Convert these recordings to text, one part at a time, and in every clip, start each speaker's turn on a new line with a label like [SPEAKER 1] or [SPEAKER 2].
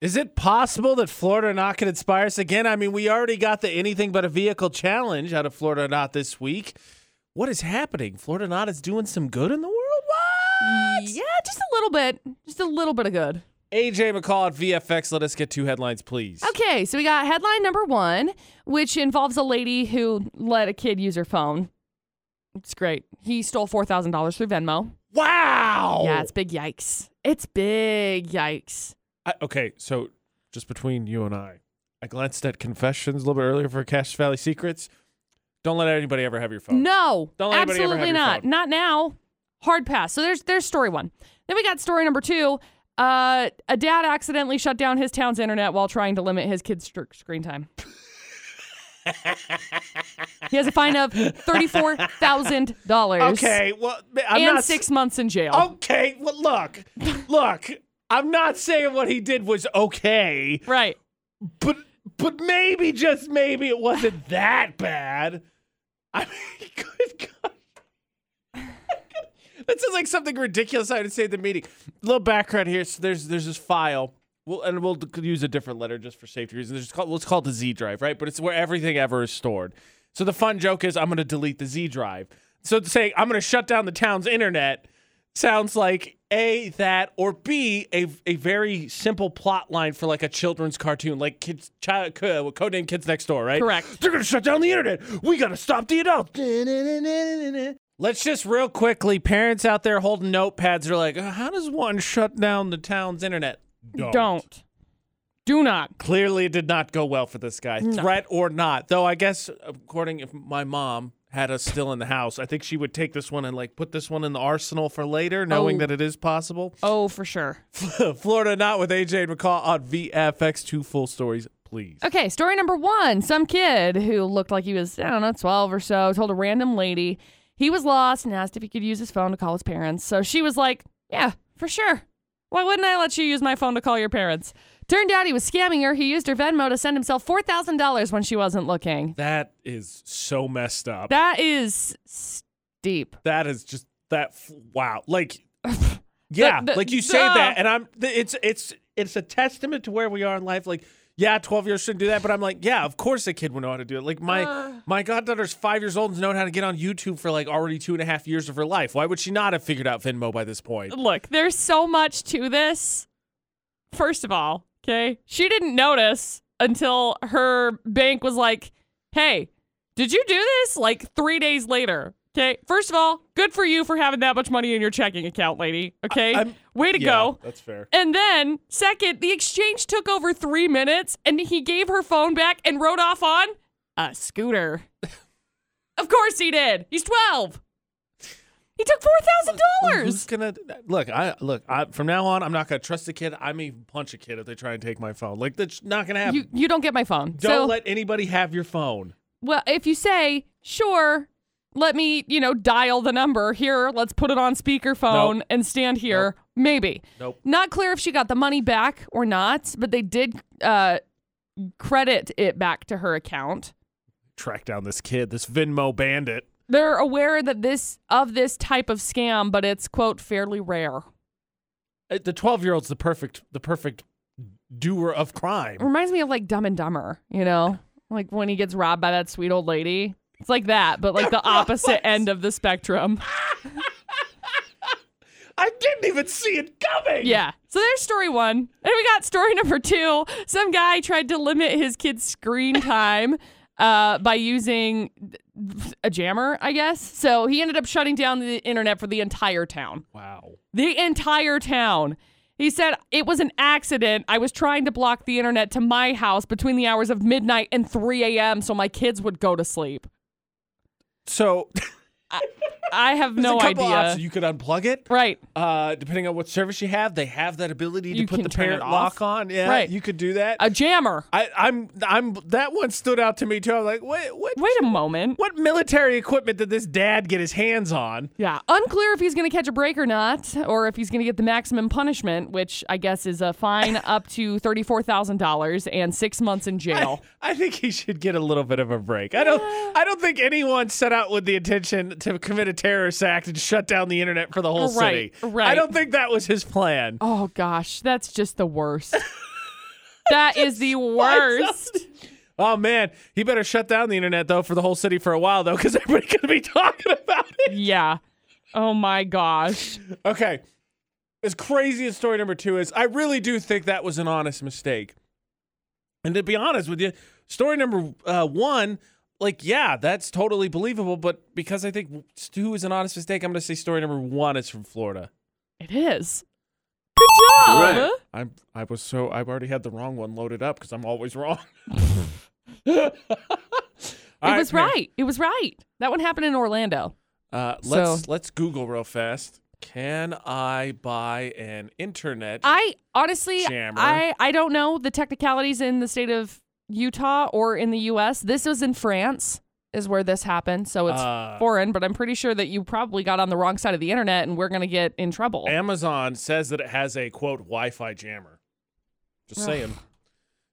[SPEAKER 1] Is it possible that Florida Not could inspire us again? I mean, we already got the anything but a vehicle challenge out of Florida Not this week. What is happening? Florida Not is doing some good in the world? What?
[SPEAKER 2] Yeah, just a little bit. Just a little bit of good.
[SPEAKER 1] AJ McCall at VFX, let us get two headlines, please.
[SPEAKER 2] Okay, so we got headline number one, which involves a lady who let a kid use her phone. It's great. He stole $4,000 through Venmo.
[SPEAKER 1] Wow.
[SPEAKER 2] Yeah, it's big yikes. It's big yikes.
[SPEAKER 1] I, okay, so just between you and I, I glanced at confessions a little bit earlier for Cash Valley Secrets. Don't let anybody ever have your phone.
[SPEAKER 2] No,
[SPEAKER 1] Don't let anybody ever have
[SPEAKER 2] absolutely
[SPEAKER 1] your
[SPEAKER 2] not.
[SPEAKER 1] phone.
[SPEAKER 2] Not now. Hard pass. So there's there's story one. Then we got story number two. Uh, a dad accidentally shut down his town's internet while trying to limit his kid's str- screen time. he has a fine of thirty-four thousand dollars.
[SPEAKER 1] Okay, well, I'm
[SPEAKER 2] and
[SPEAKER 1] not Oh,
[SPEAKER 2] six months in jail.
[SPEAKER 1] Okay, well, look, look. I'm not saying what he did was okay,
[SPEAKER 2] Right.
[SPEAKER 1] but but maybe just maybe it wasn't that bad. I mean, good God. That sounds like something ridiculous I would say at the meeting. little background here. So there's there's this file. We'll, and we'll d- use a different letter just for safety reasons. It's called, well, it's called the Z drive, right? But it's where everything ever is stored. So the fun joke is I'm going to delete the Z drive. So saying I'm going to shut down the town's internet sounds like A, that, or B, a, a very simple plot line for like a children's cartoon, like kids, child, co- codename Kids Next Door, right?
[SPEAKER 2] Correct.
[SPEAKER 1] They're going to shut down the internet. We got to stop the adults. Let's just real quickly, parents out there holding notepads are like, how does one shut down the town's internet?
[SPEAKER 2] Don't. Do not.
[SPEAKER 1] Clearly, it did not go well for this guy, threat or not. Though I guess, according if my mom had us still in the house, I think she would take this one and like put this one in the arsenal for later, knowing
[SPEAKER 2] Oh.
[SPEAKER 1] that it is possible.
[SPEAKER 2] Oh, for sure.
[SPEAKER 1] Florida not with AJ and McCall on VFX. Two full stories, please.
[SPEAKER 2] Okay, story number one. Some kid who looked like he was, I don't know, 12 or so, told a random lady he was lost and asked if he could use his phone to call his parents. So she was like, Yeah, for sure. Why wouldn't I let you use my phone to call your parents? Turned out he was scamming her. He used her Venmo to send himself $4,000 when she wasn't looking.
[SPEAKER 1] That is so messed up.
[SPEAKER 2] That is steep.
[SPEAKER 1] that is just that f- wow like yeah
[SPEAKER 2] the-
[SPEAKER 1] like you say
[SPEAKER 2] duh.
[SPEAKER 1] that and i'm th- it's it's it's a testament to where we are in life like yeah 12 years shouldn't do that but i'm like yeah of course a kid would know how to do it like my
[SPEAKER 2] Uh.
[SPEAKER 1] my goddaughter's five years old and's known how to get on youtube for like already two and a half years of her life why would she not have figured out venmo by this point
[SPEAKER 2] Look, there's so much to this. First of all, okay, she didn't notice until her bank was like, hey, did you do this? Like three days later. Okay, first of all, good for you for having that much money in your checking account, lady. Okay,
[SPEAKER 1] I'm-
[SPEAKER 2] way to
[SPEAKER 1] Yeah,
[SPEAKER 2] go.
[SPEAKER 1] that's fair
[SPEAKER 2] And then, second, the exchange took over three minutes and he gave her phone back and rode off on a scooter. of course he did. He's 12. He took $4,000.
[SPEAKER 1] Who's gonna look? I look. I, from now on, I'm not gonna trust a kid. I may even punch a kid if they try and take my phone. Like that's not gonna happen.
[SPEAKER 2] you you don't get my phone.
[SPEAKER 1] Don't
[SPEAKER 2] so,
[SPEAKER 1] let anybody have your phone.
[SPEAKER 2] well, if you say sure, let me you know dial the number here. Let's put it on speakerphone
[SPEAKER 1] Nope.
[SPEAKER 2] and stand here. Maybe.
[SPEAKER 1] Nope.
[SPEAKER 2] Not clear if she got the money back or not, but they did uh, credit it back to her account.
[SPEAKER 1] track down this kid, this Venmo bandit.
[SPEAKER 2] They're aware that this of this type of scam, but it's quote fairly rare.
[SPEAKER 1] Uh, The twelve-year-old's the perfect, the perfect doer of
[SPEAKER 2] It
[SPEAKER 1] crime.
[SPEAKER 2] reminds me of like Dumb and Dumber, you know, like when he gets robbed by that sweet old lady. It's like that, but like the opposite end of the spectrum.
[SPEAKER 1] I didn't even see it coming.
[SPEAKER 2] Yeah. So there's story one. And we got story number two. Some guy tried to limit his kid's screen time uh, by using a jammer, I guess. So he ended up shutting down the internet for the entire town.
[SPEAKER 1] Wow.
[SPEAKER 2] The entire town. He said, It was an accident. I was trying to block the internet to my house between the hours of midnight and 3 a.m. so my kids would go to sleep.
[SPEAKER 1] So
[SPEAKER 2] I have
[SPEAKER 1] there's
[SPEAKER 2] no
[SPEAKER 1] a couple
[SPEAKER 2] idea.
[SPEAKER 1] options. You could unplug it.
[SPEAKER 2] Right.
[SPEAKER 1] Uh, depending on what service you have, they have that ability to
[SPEAKER 2] You
[SPEAKER 1] put
[SPEAKER 2] can
[SPEAKER 1] the
[SPEAKER 2] turn it
[SPEAKER 1] parent
[SPEAKER 2] off.
[SPEAKER 1] lock on. Yeah,
[SPEAKER 2] Right.
[SPEAKER 1] you could do that.
[SPEAKER 2] A jammer.
[SPEAKER 1] I, I'm, I'm. That one stood out to me too. I'm like, wait, what?
[SPEAKER 2] Wait a moment.
[SPEAKER 1] What military equipment did this dad get his hands on?
[SPEAKER 2] Yeah, unclear if he's going to catch a break or not, or if he's going to get the maximum punishment, which I guess is a fine up to thirty-four thousand dollars and six months in jail.
[SPEAKER 1] I think he should get a little bit of a break. I don't. I don't think anyone set out with the intention to commit a terrorist act and shut down the internet for the whole
[SPEAKER 2] Right,
[SPEAKER 1] city.
[SPEAKER 2] right.
[SPEAKER 1] I don't think that was his plan.
[SPEAKER 2] oh gosh, that's just the worst. That is the worst.
[SPEAKER 1] Oh man, he better shut down the internet though for the whole city for a while though, because everybody's gonna be talking about it.
[SPEAKER 2] Yeah. Oh my gosh.
[SPEAKER 1] Okay. As crazy as story number two is, I really do think that was an honest mistake. And to be honest with you, story number uh, one, like, yeah, that's totally believable. But because I think two is an honest mistake, I'm going to say story number one is from Florida.
[SPEAKER 2] It is. Good job.
[SPEAKER 3] Right.
[SPEAKER 1] I'm, I was so, I've already had the wrong one loaded up because I'm always wrong.
[SPEAKER 2] It was right. It was right. That one happened in Orlando.
[SPEAKER 1] Uh, let's let's Google real fast. Can I buy an internet?
[SPEAKER 2] I honestly,
[SPEAKER 1] Jammer.
[SPEAKER 2] I I don't know the technicalities in the state of Utah or in the U.S. This was in France, is where this happened, so it's
[SPEAKER 1] Uh,
[SPEAKER 2] foreign. But I'm pretty sure that you probably got on the wrong side of the internet, and we're gonna get in trouble.
[SPEAKER 1] Amazon says that it has a quote Wi-Fi jammer. Just saying.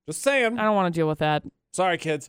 [SPEAKER 1] Just saying.
[SPEAKER 2] Uh, I don't want to deal with that.
[SPEAKER 1] Sorry, kids.